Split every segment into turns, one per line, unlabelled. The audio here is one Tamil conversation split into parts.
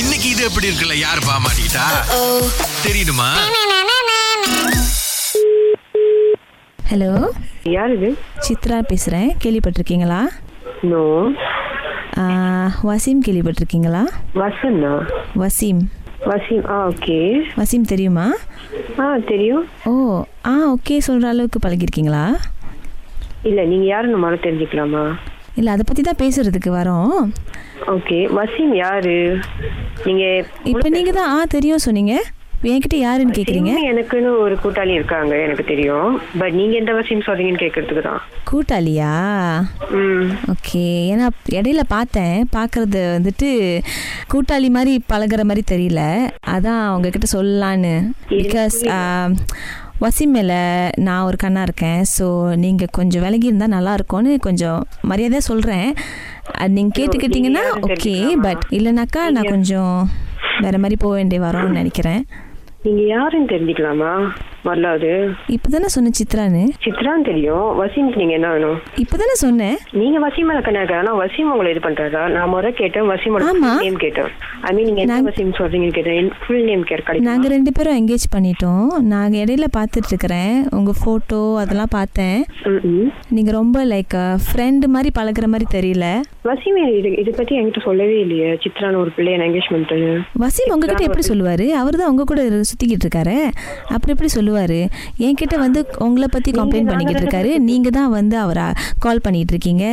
இன்னைக்கு இது எப்படி இருக்குல்ல யார் பாமாட்டா தெரியுமா
ஹலோ
யார் இது
சித்ரா பேசுகிறேன் கேள்விப்பட்டிருக்கீங்களா
நோ
ஆ, வசீம் கேள்விப்பட்டிருக்கீங்களா
வசனா
வசீம்
வசீம் ஆ ஓகே
வசீம் தெரியுமா
ஆ தெரியும்
ஓ ஆ ஓகே சொல்கிற அளவுக்கு பழகிருக்கீங்களா
இல்ல நீங்க யாருன்னு முதல்ல தெரிஞ்சுக்கலாமா
இல்லை அதை பற்றி தான் பேசுகிறதுக்கு வரோம்
ஓகே வசீம் யாரு நீங்க
இப்போ நீங்கள் தான் ஆ தெரியும் சொன்னீங்க என்கிட்ட யாருன்னு கேட்குறீங்க
இன்னும் எனக்குன்னு ஒரு கூட்டாளி இருக்காங்க எனக்கு தெரியும் பட் நீங்க எந்த வசீம் சொல்றீங்கன்னு கேட்கறதுக்கு தான்
கூட்டாளியா
ம்
ஓகே ஏன்னா இடையில பார்த்தேன் பார்க்கறது வந்துட்டு கூட்டாளி மாதிரி பழகுற மாதிரி தெரியல அதான் உங்ககிட்ட சொல்லலான்னு பிகாஸ் வசிம் மேலே நான் ஒரு கண்ணாக இருக்கேன் ஸோ நீங்கள் கொஞ்சம் விலகி இருந்தால் நல்லா இருக்கும்னு கொஞ்சம் மரியாதையாக சொல்கிறேன் நீங்கள் கேட்டுக்கிட்டீங்கன்னா
நீங்க யாருன்னு
ஓகே
தெரிஞ்சுக்கலாமா?
பட் இல்லைனாக்கா நான் கொஞ்சம் வேற மாதிரி போக வேண்டிய வரோம்னு நினைக்கிறேன்
நீங்க யாருன்னு தெரிஞ்சுக்கலாமா வரலாது
இப்போ தானே சொன்னேன் சித்ரான்னு
சித்ரான்னு தெரியும் வசீமுக்கு நீங்க என்ன வேணும்
இப்போ தானே சொன்னேன்
நீங்க வசீம் மேல கண்ணா இருக்காரு ஆனா வசீம் உங்களை இது பண்றாரா நான் முறை கேட்டேன் வசீமோட
ஆமா.
நேம் கேட்டேன் ஐ மீன் நீங்க என்ன
நாங்க-
வசீம் சொல்றீங்கன்னு கேட்டேன் ஃபுல் நேம் கேட்க
நாங்க
கிடைக்கும்
ரெண்டு பேரும் என்கேஜ் பண்ணிட்டோம் நாங்க இடையில பார்த்துட்டு இருக்கிறேன் உங்க போட்டோ அதெல்லாம் பார்த்தேன்
ம்ம்.
நீங்க ரொம்ப லைக் ஃப்ரெண்டு மாதிரி பழகுற மாதிரி தெரியல
வசீம் இது இது பத்தி என்கிட்ட சொல்லவே இல்லையே சித்ரான்னு ஒரு பிள்ளைய என்கேஜ் பண்ணிட்டாரு
வசீம் உங்ககிட்ட எப்படி சொல்லுவாரு அவர் தான் உங்க கூட இரு- சுத்திக்கிட்டு இருக்காரு அப்புறம் எப்படி சொல்லுவாரு என்கிட்ட வந்து உங்களை பத்தி கம்ப்ளைண்ட் பண்ணிக்கிட்டு இருக்காரு நீங்க தான் வந்து அவரை கால் பண்ணிட்டு இருக்கீங்க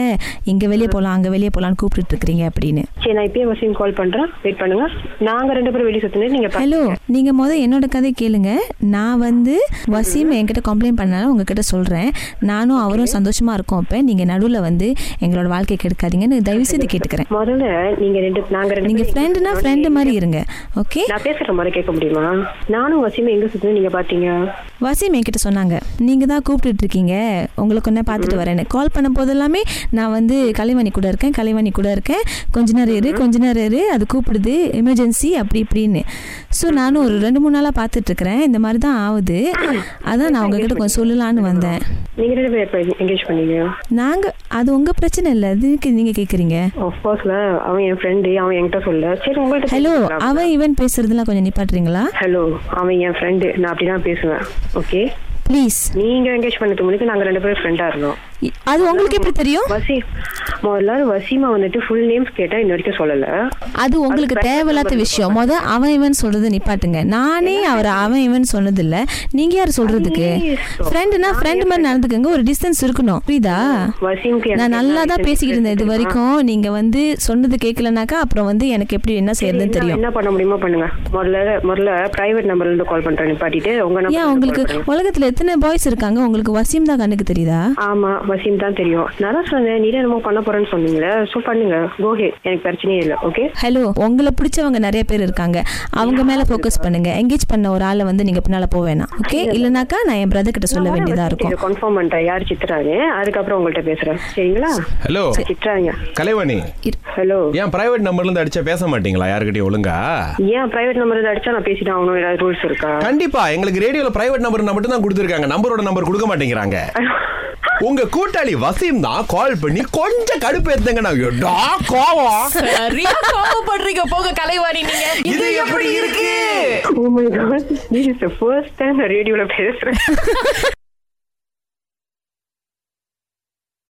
இங்க வெளியே போலாம் அங்க வெளியே போலாம்னு கூப்பிட்டு இருக்கிறீங்க அப்படின்னு
சரி நான் இப்பயே வசீம் கால் பண்றேன் வெயிட் பண்ணுங்க நாங்க ரெண்டு பேரும் வெளியே சுத்தினே நீங்க பா-
ஹலோ நீங்க முத என்னோட கதை கேளுங்க நான் வந்து வசீம் என்கிட்ட கம்ப்ளைண்ட் பண்ணாலும் உங்ககிட்ட சொல்றேன் நானும் அவரும் சந்தோஷமா இருக்கோம் அப்ப நீங்க நடுவுல வந்து எங்களோட வாழ்க்கை கெடுக்காதீங்கன்னு தயவு செய்து கேட்டுக்கிறேன்
முதல்ல நீங்க ரெண்டு நாங்க ரெண்டு
நீங்க
பேரும்
ஃப்ரெண்டுனா
எங்க
ஃப்ரெண்டு
சுத்தினோம்?
மாதிரி இருங்க ஓகே
நான் பேசுற மாதிரி கேட்க முடியுமா நானும் வசீமும் எங்க சுத்தினே நீங்க பாத்தீங்க
வசீம் என்கிட்ட சொன்னாங்க நீங்க தான் கூப்பிட்டுட்டு இருக்கீங்க உங்களுக்கு ஒன்றே பார்த்துட்டு வரேன்னு கால் பண்ணும் போது எல்லாமே நான் வந்து கலைவாணி கூட இருக்கேன் கலைவாணி கூட இருக்கேன் கொஞ்ச நேரம் இரு கொஞ்ச நேரம் இரு அது கூப்பிடுது எமர்ஜென்சி அப்படி இப்படின்னு ஸோ நானும் ஒரு ரெண்டு மூணு நாளாக பார்த்துட்டு இருக்கிறேன் இந்த மாதிரி தான் ஆகுது அதான் நான் உங்ககிட்ட கொஞ்சம் சொல்லலான்னு வந்தேன்
நீங்க ரெண்டு பேரும் எப்ப என்கேஜ் பண்ணீங்க
நாங்க அது உங்க பிரச்சனை இல்லை அதுக்கு நீங்க கேக்குறீங்க
ஆஃப் கோர்ஸ்ல அவன் என் ஃப்ரெண்டு அவன் என்கிட்ட சொல்ல சரி உங்கள்ட்ட
ஹலோ
பேசலாம்.
அவன் இவன் பேசுறதுலாம் கொஞ்சம் நிப்பாட்டுறீங்களா
ஹலோ அவன் என் ஃப்ரெண்டு நான் அப்படிதான் பேசுவேன் ஓகே
ப்ளீஸ்
நீங்க என்கேஜ் பண்ணது முன்னாடி நாங்க ரெண்டு பேரும் ஃப்ரெண்டா இருந்தோம்
அது உங்களுக்கு எப்படி தெரியும்
வசி முதல்ல வசீமா வந்துட்டு ஃபுல் நேம்ஸ் கேட்டா இன்ன வரைக்கும் சொல்லல
அது உங்களுக்கு தேவையில்லாத விஷயம் முத அவன் இவன் சொல்றது நிப்பாட்டுங்க நானே அவர் அவன் இவன் சொன்னதில்ல நீங்க யார் சொல்றதுக்கு ஃப்ரெண்டுனா ஃப்ரெண்டு மாதிரி நடந்துக்கங்க ஒரு டிஸ்டன்ஸ் இருக்கணும் புரியுதா
வசீமுக்கு எனக்கு
நான் நல்லா தான்
என்ன
பேசிக்கிட்டு இருந்தேன் இது
தெரியுமா?
வரைக்கும் நீங்க வந்து சொன்னது கேட்கலனாக்கா அப்புறம் வந்து எனக்கு எப்படி என்ன செய்யறதுன்னு
என்ன-
தெரியும்
என்ன பண்ண முடியுமோ பண்ணுங்க முதல்ல முதல்ல பிரைவேட் நம்பர்ல இருந்து கால் பண்றேன் நிப்பாட்டிட்டு உங்க number ல
ஏன்
இருந்து
உங்களுக்கு
call பண்ணுங்க.
உலகத்துல எத்தனை பாய்ஸ் இருக்காங்க உங்களுக்கு வசீம் தான் கண்ணுக்கு தெரியுதா
ஆமா வசீம் தான் தெரியும் நான் தான் சொன்னேன் நீ தான் என்னமோ பண்ண போறேன்னு சொன்னீங்களே சோ பண்ணுங்க கோஹே எனக்கு பிரச்சனையே இல்லை ஓகே
ஹலோ உங்களை பிடிச்சவங்க நிறைய பேர் இருக்காங்க அவங்க மேல ஃபோக்கஸ் பண்ணுங்க என்கேஜ் பண்ண ஒரு ஆளை வந்து நீங்க பின்னால போக வேணாம் ஓகே இல்லைனாக்கா நான் என் பிரதர் கிட்ட சொல்ல வேண்டியதா இருக்கும்
கன்ஃபார்ம் பண்றேன் யார் சித்ரான்னு அதுக்கப்புறம் உங்கள்ட்ட பேசுறேன் சரிங்களா
ஹலோ
சித்ராங்க
கலைவாணி
இரு-
ஹலோ
ஏன் பிரைவேட் நம்பர்ல இருந்து அடிச்சா பேச மாட்டீங்களா யாருக்கிட்டயும் ஒழுங்கா
ஏன் பிரைவேட் நம்பர் அடிச்சா நான் பேசிட்டு ஆகணும் ஏதாவது ரூல்ஸ் இருக்கா
கண்டிப்பா எங்களுக்கு ரேடியோல பிரைவேட் நம்பர் மட்டும் தான் கொடுத்துருக்காங்க நம்பரோட நம்பர் கொடுக்க மாட்டேங்கிறாங்க உங்க கூட்டாளி வசீம் தான் கால் பண்ணி கொஞ்சம் கடுப்பு எடுத்தங்க நான் கோவம்
சரியா கோவப்படுறீங்க போங்க கலைவாணி நீங்க
இது எப்படி இருக்கு
Oh my god, this is the first time நான் ரேடியோல பேசுறேன்